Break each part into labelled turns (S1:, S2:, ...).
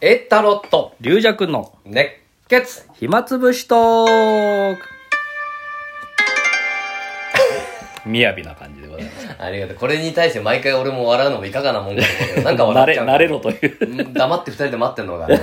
S1: エタロット、
S2: 龍尺の
S1: 熱血。
S2: 暇つぶしト ークみやびな感じでございます。
S1: ありがとう。これに対して毎回俺も笑うのもいかがなもんかと思うけど、なんか
S2: 慣
S1: 笑っ
S2: れ、
S1: ちゃう。
S2: 慣れろという。
S1: うん黙って二人で待ってるの が、ね、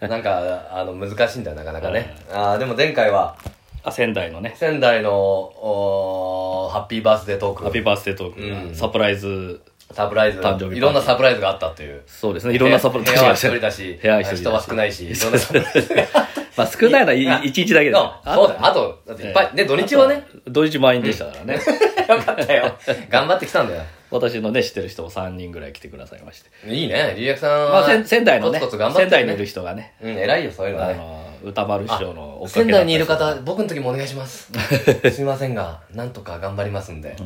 S1: なんか、あの、難しいんだよ、なかなかね。ああ、でも前回は、
S2: あ、仙台のね、
S1: 仙台の、おーハッピーバースデート
S2: ハッ
S1: ー
S2: ピ
S1: ク、
S2: ーバースデートークが、
S1: うん
S2: サプライズ、
S1: サプライズ
S2: 誕生日パーティー
S1: いろんなサプライズがあったという。
S2: そうですね、いろんなサプライズ。
S1: 部屋は一人だし、
S2: 部屋は一人だし
S1: 人は少ない し、いろんなサプライズがあった。
S2: まあ少ないのはい
S1: いや
S2: い一日だけです
S1: あそうだよ。あと、だっていっぱい。ね、土日はね、。
S2: あと土日満員でしたからね。
S1: よかったよ。 頑張ってきたんだよ。
S2: 私のね、知ってる人も3人ぐらい来てくださいまして。
S1: いいね、リリアクさんは。
S2: まあ、せん仙台のね、
S1: コツコツ頑張って
S2: 仙台にいる
S1: 人。
S2: 人がね、
S1: うん、偉いよ、そういうの
S2: あ
S1: ね。
S2: の、歌丸師匠のおかげだったり
S1: 仙台にいる方、僕の時もお願いします。 すみませんが、なんとか頑張りますんで。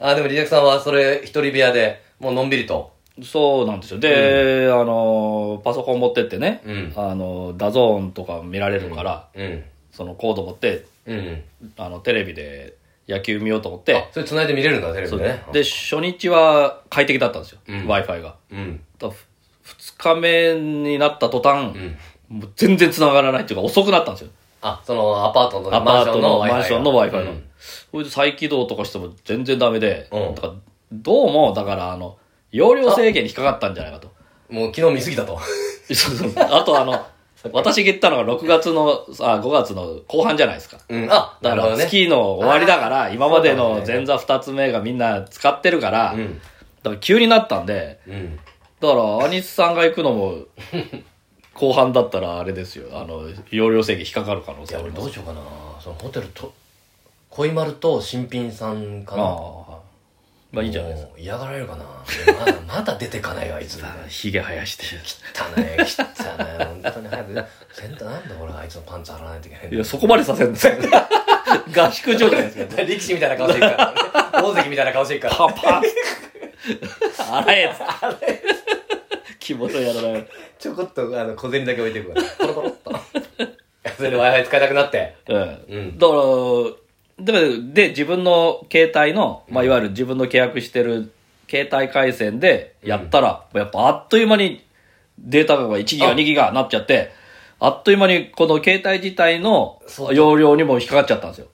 S1: あ、でもリリアクさんはそれ、一人部屋で、もうのんびりと。
S2: そうなんですよ。で、あの、パソコン持ってってね、
S1: うん
S2: あの、ダゾーンとか見られるから、
S1: うん。
S2: そのコード持って、
S1: うん。
S2: あの、テレビで野球見ようと思って、
S1: それ繋いで見れるんだ、テレビ
S2: そう
S1: でね。
S2: で、初日は快適だったんですよ。
S1: うん
S2: Wi-Fi が。
S1: うん。
S2: だ2日目になった途端、
S1: うん。
S2: もう全然繋がらないっていうか遅くなったんですよ。
S1: あ、そのアパートの
S2: アパートの
S1: マ
S2: マ
S1: ン
S2: ン
S1: シ
S2: シ
S1: ョ
S2: ョ
S1: ン
S2: ン
S1: の
S2: の
S1: Wi-Fi
S2: Wi-Fi
S1: が。
S2: が。それで再起動とかしても全然ダメで、
S1: うん
S2: だからどうも、だからあの、容量制限に引っかかったんじゃないかと。
S1: うんもう昨日見すぎたと。
S2: そうそうあとあの、私が言ったのが6月の、あ、5月の後半じゃないですか。
S1: うん。あ、な
S2: だ
S1: る
S2: か
S1: ほど
S2: ら、
S1: ね。
S2: スキーの終わりだから、今まで
S1: そう
S2: の
S1: だね
S2: 前座2つ目がみんな使ってるから、
S1: う
S2: だ
S1: ん。
S2: から急になったんで、
S1: うん。
S2: だから、アニスさんが行くのも、後半だったらあれですよ、あの、容量制限引っかかる可能
S1: い
S2: 性
S1: や、
S2: あ
S1: 俺
S2: りま
S1: どう
S2: す。
S1: しようかな。そのホテルと、恋丸と新品さんか
S2: あ
S1: な。
S2: あ、はいまあいいじゃないですか。
S1: もう嫌がられるかなまだまだ出てかないわあい つ汚
S2: ひげ生やして。
S1: い汚い本当に早く先端なんで俺があいつのパンツ洗わないといけないんだ
S2: いや、そこまでさせんですよ 合宿所ですよ。
S1: 力士みたいな顔してる から、大関みたいな顔してるから
S2: パンパン洗え洗え着物やらない。
S1: ちょこっとあの小銭だけ置いてくからコロコロっと それで w i f i 使いたくなって
S2: う
S1: うん
S2: ん。だから、で、で、自分の携帯の、まあ、いわゆる自分の契約してる携帯回線でやったら、やっぱあっという間にデータが1ギガ、
S1: あ
S2: 2ギガなっちゃって、あっという間にこの携帯自体の
S1: そう
S2: 容量にも引っかかっちゃったんですよ。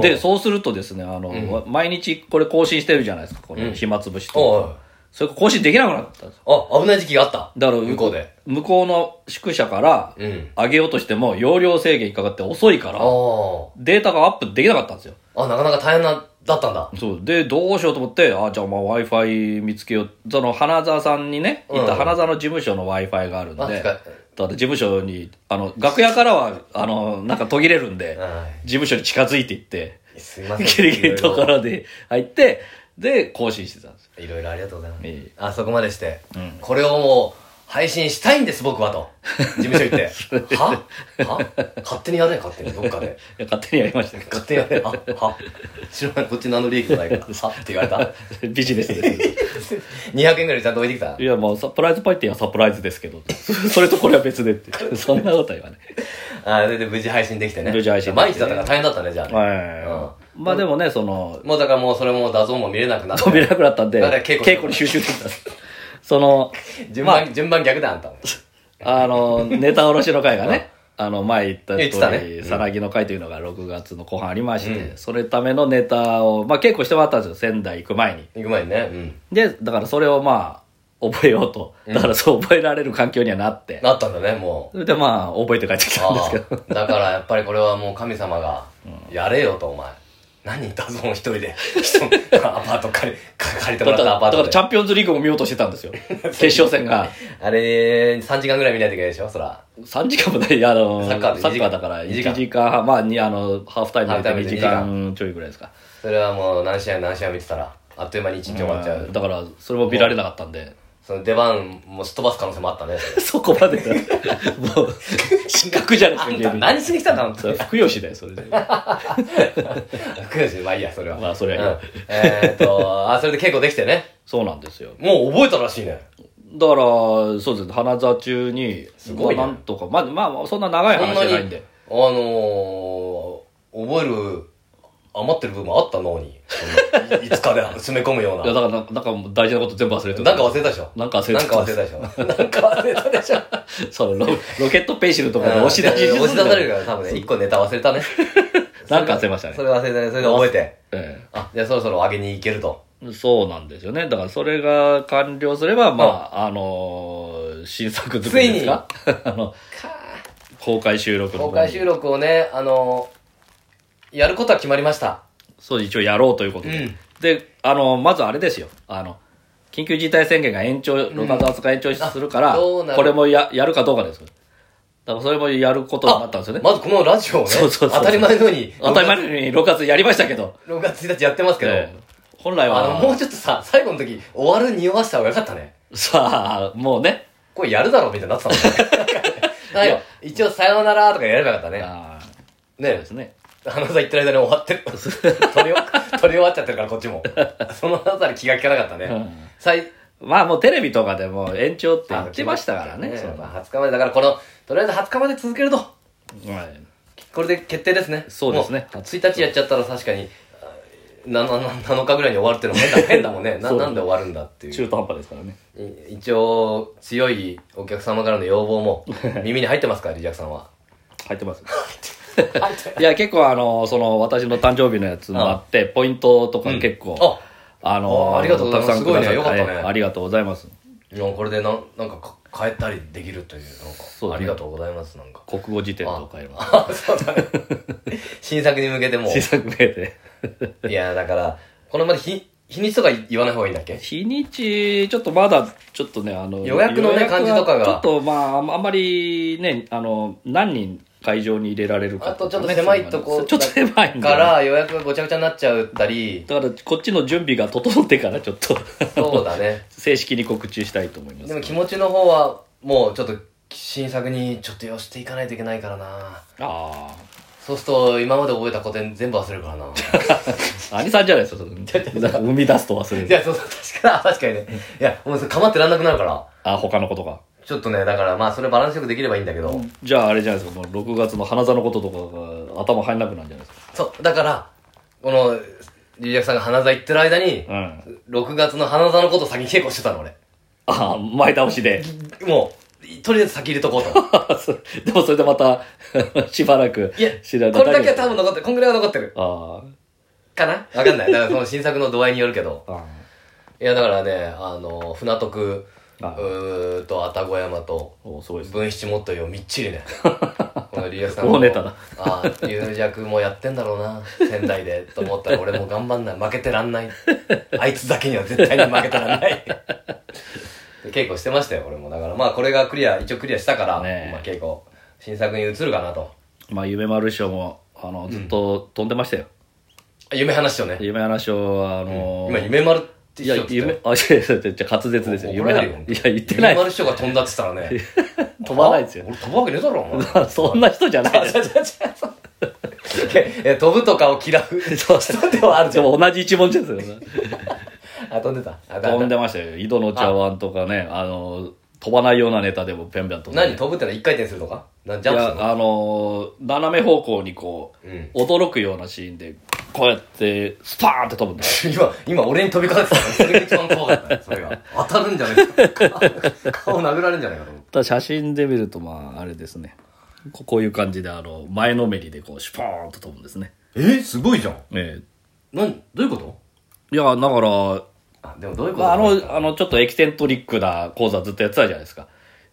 S2: で、そうするとですね、あの、毎日これ更新してるじゃないですか、こ
S1: うん
S2: の暇つぶし
S1: お
S2: と。
S1: いおい
S2: それ更新できなくなったんですよ。
S1: あ危ない時期があった
S2: だから
S1: 向こうで
S2: 向こうの宿舎から
S1: うん
S2: 上げようとしても容量制限引っかかって遅いから、
S1: あー
S2: データがアップできなかったんですよ。
S1: あなかなか大変なだったんだ
S2: そう。で、どうしようと思って、あ、じゃあまあ Wi-Fi 見つけよう。その、花沢さんにね、
S1: うん
S2: 行った花沢の事務所の Wi-Fi があるんで、
S1: あ
S2: だ
S1: 使え
S2: って事務所に、あの、楽屋からは、あの、なんか途切れるんで、
S1: は
S2: 事務所に近づいていって、
S1: いすいません
S2: ギリギリのところで入って、で、更新してたんですよ。
S1: いろいろありがとうございます。
S2: いえいえ
S1: あそこまでして、
S2: うん
S1: これをもう配信したいんです、僕はと。事務所 行って。はは勝手にやれ、勝手に、どっかで。
S2: いや勝手にやりましたけ
S1: 勝手にやれ、はは知らない、こっち何の利益もない から、はって言われた。
S2: ど ビジネスです。
S1: 200円ぐらいちゃんと置いてきた
S2: い。や、まあ、サプライズパーティーはサプライズですけど、それとこれは別でって。そんなことは言わない。
S1: あそれで無事配信できてね。
S2: 無事配信で
S1: 毎
S2: きてね
S1: 日だったから大変だったね、じゃあね、
S2: はい。まあでもね、その、
S1: もうだからもうそれもダゾーンも見れなくな って。
S2: 飛びなくなったんで、
S1: だから稽古
S2: 稽古に集中できたんです。その、
S1: 順番、順番逆だ、あんた。
S2: あの、ネタ卸しの会がね、あの、前言った
S1: 言ってた
S2: 通
S1: ね
S2: り、さらぎの会というのが6月の後半ありまして、それためのネタを、まあ稽古してもらったんですよ、仙台行く前に。
S1: 行く前にね。うん。
S2: で、だからそれをまあ、覚えようと。だからそう覚えられる環境にはなって。
S1: なったんだね、もう。
S2: それでまあ、覚えて帰ってきたんですけど。
S1: ああだからやっぱりこれはもう神様が「やれよ」とお前何ダゾーン一人 で人のアパート借りか借りても
S2: だ
S1: らった
S2: から、
S1: アパ
S2: だ
S1: ー
S2: か
S1: ト
S2: らチ
S1: で
S2: ャンピオンズリーグも見ようとしてたん ですよ。決勝戦が。
S1: あれ3時間ぐらい見ないといけないでしょそら
S2: 3時間もない、いやあの、
S1: サ
S2: サ
S1: ッ
S2: ッ
S1: カ
S2: カ
S1: ーで
S2: ーだから
S1: 2時間
S2: 1時間半、まあ、にあの、ハーフタイムで
S1: ハーフタイム
S2: 2
S1: で
S2: 時間ちょいぐらいですか。
S1: それはもう何試合何試合見てたらあっという間に1日終わっちゃう、
S2: だから、それも見られなかったんで、
S1: その出番もすっ飛ばす可能性もあったね
S2: そこまでだ。 もう、失格じゃな
S1: あ
S2: い
S1: ん
S2: です
S1: た
S2: か、
S1: 何しに来たんだ本
S2: そ
S1: 当
S2: れ
S1: に
S2: 福吉だよ、それで。
S1: 悔しいまあいいやそれは
S2: まあそれはいいや
S1: うんえーっとあそれで稽古できてね
S2: そうなんですよ。
S1: もう覚えたらしいね
S2: だから、そうですね、花座中に、
S1: すごいね
S2: まあなんとか、まあ、まあ、そんな長い
S1: そん
S2: 話
S1: な
S2: じゃ
S1: に
S2: ないんで。
S1: あのー覚える余ってる部分あった脳 に。そのいつかで詰め込むよう
S2: いや、
S1: な。
S2: だからな、なんかもう大事なこと全部忘れて
S1: なんか忘れたでしょ
S2: なんか忘れて
S1: なん
S2: た
S1: か忘れたでしょなんか忘れたでし ょ
S2: そう、ロロケットペンシルとかで押し出し
S1: うん押し出される
S2: か
S1: から多分ね、一個ネタ忘れたね。
S2: なんか忘れましたね
S1: そ。れ忘れたね。それで覚えて。
S2: え
S1: あ、じゃあそろそろ上げに行けると。
S2: えそうなんですよね。だからそれが完了すれば、まあ、あのー新作作りですか あの、公開収録の
S1: 公
S2: 方に
S1: 開収録をね、あの、やることは決まりました。
S2: そう、一応やろうということで。
S1: うん
S2: で、あの、まずあれですよ。あの、緊急事態宣言が延長、6月20日延長するから、
S1: あどうなる
S2: これもややるかどうかです。だからそれもやることになったんですよね。
S1: まずこのラジオをね、
S2: そうそうそう
S1: 当たり前のように、
S2: 当たり前のように6月やりましたけど。
S1: 6月1日やってますけど、
S2: ええ本来
S1: あの、もう
S2: は、
S1: ちょっとさ、最後の時、終わる匂わした方がよかったね。
S2: さあ、もうね、
S1: これやるだろうみたいになってたもん ねなんか。一応、さようならとかやればよかったね。
S2: ああそう
S1: ね
S2: ですね。
S1: 花さん言ってる間に終わってる。取り終取り終わっちゃってるから、こっちも。そのあたり気が利かなかったね。
S2: うん
S1: さい
S2: まあもうテレビとかでも延長って言ってましたからね。
S1: あ
S2: その
S1: まあ20日まで、だからこの、とりあえず20日まで続けると。
S2: はい
S1: これで決定ですね。
S2: そうですね
S1: も1日やっちゃったら確かに、な、な、な、7日ぐらいに終わるっていうのも変だ変だもんね。な、
S2: そう
S1: なんで終わるんだっていう。
S2: 中途半端ですからね。
S1: い一応、強いお客様からの要望 も耳に入ってますから、リジャクさんは。
S2: 入ってます。 いや、結構あの、その、私の誕生日のやつもあって、ポイントとか結構、
S1: あ
S2: あの
S1: あありがとうございます
S2: たくさんくださ
S1: すごいねよかったね
S2: ええありがとうございます。
S1: もうこれでなん、なんかか、変えたりできるという、なんか、
S2: うだね
S1: ありがとうございます、なんか。
S2: 国語辞典とかいろいろ
S1: あ、そうだね。新作に向けても
S2: 小さく見えて。
S1: う。いや、だから、このまで日、日にちとか言わない方がいいんだっけ
S2: 日にち、ちょっとまだ、ちょっとね、あの、
S1: 予約のね
S2: は
S1: 感じとかが
S2: ちょっとまあ、あんあんまりね、あの、何人会場に入れられるか
S1: あとち
S2: か
S1: ょっ
S2: ね
S1: と狭いとこ
S2: そうちょっと狭いんだ
S1: か
S2: よね
S1: ら予約がごちゃごちゃになっちゃった り、
S2: だから、こっちの準備が整ってから、ちょっと
S1: そうだね。
S2: 正式に告知したいと思います。
S1: でも気持ちの方は、もうちょっと新作にちょっと寄していかないといけないからな。
S2: あ
S1: そうすると、今まで覚えた古典全部忘れるからな。
S2: あ。兄さんじゃないですか、それなんか生み出すと忘れ
S1: い
S2: る。
S1: や、そうそう、確かに、 確かにね。いや、もうそれ構ってらんなくなるから。
S2: あ、他のことが。
S1: ちょっとね、だからまあ、それバランスよくできればいいんだけど。
S2: じゃあ、あれじゃないですか、もう6月の花座のこととかが頭入んなくなるんじゃないですか。
S1: そう、だから、この、リリアクさんが花座行ってる間に、
S2: うん。
S1: 6月の花座のことを先に稽古してたの、俺。
S2: ああ、前倒しで。
S1: もう、とりあえず先入れとこうと思って。
S2: そうでもそれでまた しばらく
S1: いや、
S2: 知らない
S1: これだけは多分残ってる。こんぐらいは残ってる。
S2: あ
S1: かなわかんない。だからその新作の度合いによるけど。
S2: ああ
S1: いや、だからね、あの、船徳、う
S2: あ
S1: ーと、愛宕山と、
S2: おすごいですね
S1: 文七もっとよ、みっ ちりね。このリリアクさん
S2: 大ネタだ
S1: ああ、龍弱もやってんだろうな、仙台で。と思ったら俺も頑張んない。負けてらんない。あいつだけには絶対に負けてらん ない。で稽古してましたよ、俺も。だからまあこれがクリア、一応クリアしたから、
S2: ねえ
S1: まあ稽古、新作に移るかなと。
S2: まあ夢丸師匠もあのずっと飛んでましたよ、
S1: あ夢話をね。
S2: 夢丸師匠はあの
S1: 今、夢丸って
S2: いや
S1: 人って言っ
S2: 夢
S1: て
S2: あ違う違う違う滑舌ですよ
S1: 怒
S2: 夢
S1: ら
S2: な
S1: れ
S2: い
S1: るよ
S2: や言ってな
S1: 夢丸
S2: い
S1: 師匠が飛んだって言 ったらね
S2: 飛ばないですよ
S1: あ俺飛ぶわけねえだろお前
S2: そんな人じゃないです
S1: いや飛ぶとかを嫌う人ではあるじ
S2: で
S1: ゃん
S2: も同じ一文字ですよね
S1: あ飛んでたあだ
S2: 飛んでましたよ井戸の茶碗とかねあの飛ばないようなネタでもぴゃんぴゃん飛んで
S1: 何飛ぶってのは一回転するとかなジャ
S2: い
S1: ンプする
S2: やあの斜め方向にこう、
S1: うん
S2: 驚くようなシーンでこうやってスパーンって飛ぶんだよ
S1: の今今俺に飛びかかってたからそれが一番怖かったよそれ が当たるんじゃないか顔殴られるんじゃないかと思って
S2: ただ写真で見るとまああれですねここういう感じであの前のめりでこうシュポーンと飛ぶんですね
S1: えすごいじゃん
S2: え
S1: 何どういうこと
S2: えいやだから、
S1: あでもどういうこと
S2: まあ、あのあのちょっとエキセントリックな講座ずっとやってたじゃないですか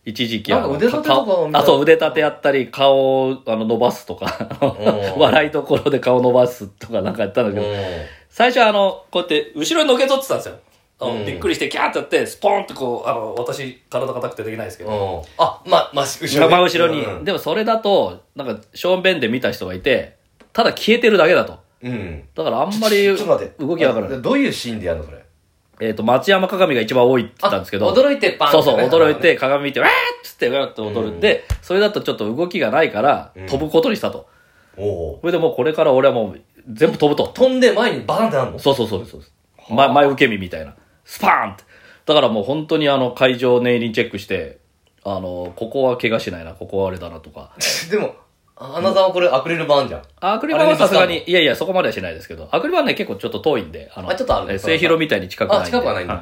S2: 一時期あ
S1: なんか
S2: の
S1: 腕立てとか
S2: 顔
S1: みたいな
S2: あそう腕立てやったり顔をあの伸ばすとか 笑いところで顔伸ばすとかなんかやったんだけ
S1: う
S2: ど、
S1: ん
S2: 最初あの、こうやって、後ろにのけ取ってたんですよ。あの
S1: うん
S2: びっくりして、キャーってやって、スポーンってこう、あの、私、体硬くてできないですけど。
S1: うんあまま後ろ
S2: 真
S1: に
S2: 後ろに。
S1: うん
S2: でもそれだと、なんか、正面で見た人がいて、ただ消えてるだけだと。
S1: うん
S2: だからあんまり、
S1: ちょっと待って。
S2: 動きがわからない。
S1: どういうシーンでやるのそれ。
S2: えっ、と、松山鏡が一番多いって言ったんですけど。
S1: 驚いてパン
S2: そうそう、
S1: ってね
S2: 驚いて、鏡見て、わーっつって、わーっと踊る。で、それだとちょっと動きがないから、飛ぶことにしたと。
S1: おお
S2: それでもうこれから俺はもう、全部飛ぶと
S1: う。。飛んで前にバーンってなるの
S2: そうそうそうですそうです。ま、前受け身みたいな。スパーンって。だからもう本当にあの会場を念入りにチェックして、あの、ここは怪我しないな、ここはあれだなとか。
S1: でも、花さんはこれアクリル板じゃん。
S2: アクリル板はさすがに、いやいや、そこまではしないですけど、アクリル板ね、結構ちょっと遠いんで、あ
S1: あちょっとある
S2: え末広みたいに近くないん
S1: あ、
S2: で。
S1: 近くはないんだ。
S2: は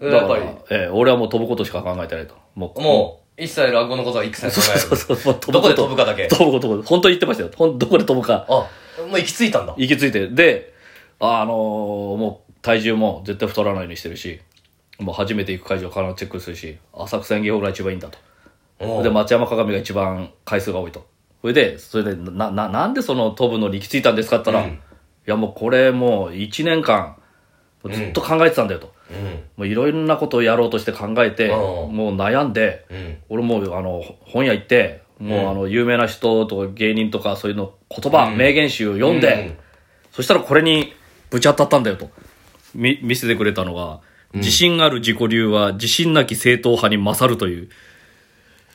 S1: あー
S2: い
S1: や
S2: だ
S1: っ
S2: か
S1: ぱ
S2: ら、
S1: り、
S2: えー俺はもう飛ぶことしか考えてないと。もう、
S1: もう、一切落語のことは一切考え
S2: う
S1: ない。
S2: そうそうそうそう、もう飛
S1: どこ
S2: ぶ
S1: で
S2: こと
S1: 飛ぶかだけ。
S2: 飛ぶこと、飛ぶこと本当に言ってましたよ。ほんどこで飛ぶか、
S1: あ、もう行き着いたんだ。
S2: 行き着いて。で、あ、あのーもう体重も絶対太らないようにしてるし、もう初めて行く会場からチェックするし、浅草演芸ホールが一番いいんだと。
S1: おう
S2: で、町山鏡が一番回数が多いと。それで、それで、な、な、なんでその飛ぶのに行き着いたんですかって言ったら、
S1: うん
S2: いやもうこれもう1年間、ずっと考えてたんだよと。
S1: うん。
S2: もういろいろなことをやろうとして考えて、
S1: うん
S2: もう悩んで、
S1: うん。
S2: 俺もうあの、本屋行って、もうあの、有名な人とか芸人とかそういうの言葉、
S1: うん
S2: 名言集を読んで、そしたらこれにぶち当たったんだよと。み、見せてくれたのが、自信ある自己流は自信なき正統派に勝るという、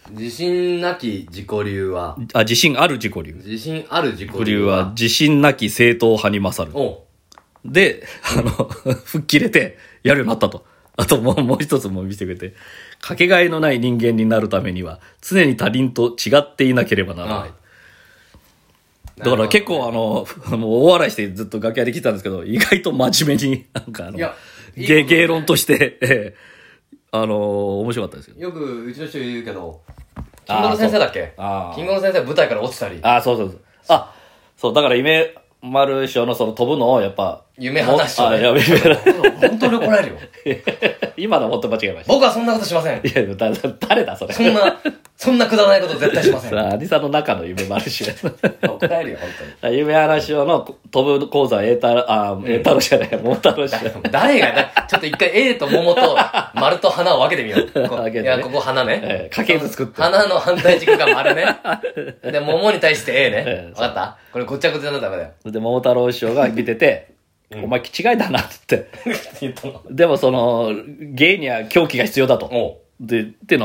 S1: うん、自信なき自己流は、
S2: あ、自信ある自己流。
S1: 自信ある自己
S2: 自己流
S1: 流
S2: は
S1: は、
S2: 自信なき正統派に勝る。
S1: おう
S2: で、あの、 吹っ切れてやるようになったと。あともう、もう一つも見せてくれて。かけがえのない人間になるためには、常に他人と違っていなければならない。だから結構あの、 もう大笑いしてずっと楽屋で来てたんですけど、意外と真面目に、なんかあの、
S1: いやいいこと
S2: 芸芸論として、ええあの、面白かったですよ。
S1: よくうちの人言うけど、金
S2: あー
S1: 吾の先生だっけ
S2: あー
S1: 金吾の先生は舞台から落ちたり、
S2: あ、そうそうそう。あ、そう、だから夢丸師匠のその飛ぶのをやっぱ、
S1: 夢話しちゃ
S2: もあ
S1: う
S2: いや
S1: ね。
S2: 夢話
S1: 本当に怒られるよ。
S2: 今のは本当間違えました。
S1: 僕はそんなことしません。
S2: いや、だだ誰だそれ。
S1: そんな、そんなくだらないこと絶対しません。
S2: さあ、アニさんの中の夢話やつ。
S1: 怒られるよ、本
S2: 夢話をの飛ぶ講座、栄太郎、あ、栄太郎じゃない、桃太郎じゃない。
S1: 当に。誰がだ、ちょっと一回 A と桃と丸と花を分けてみよう。こ
S2: 分けてね
S1: いや、ここ花ね
S2: え。え家系図作って
S1: 花の反対軸が丸 ね。で、桃に対して A ね
S2: え。え
S1: 分かったこれごちゃごちゃになったらダメだよ。
S2: で、桃太郎師匠が見てて、お前、気違いだなって言って。
S1: 言ったの。
S2: でも、その、芸には狂気が必要だと。
S1: おう
S2: で、っての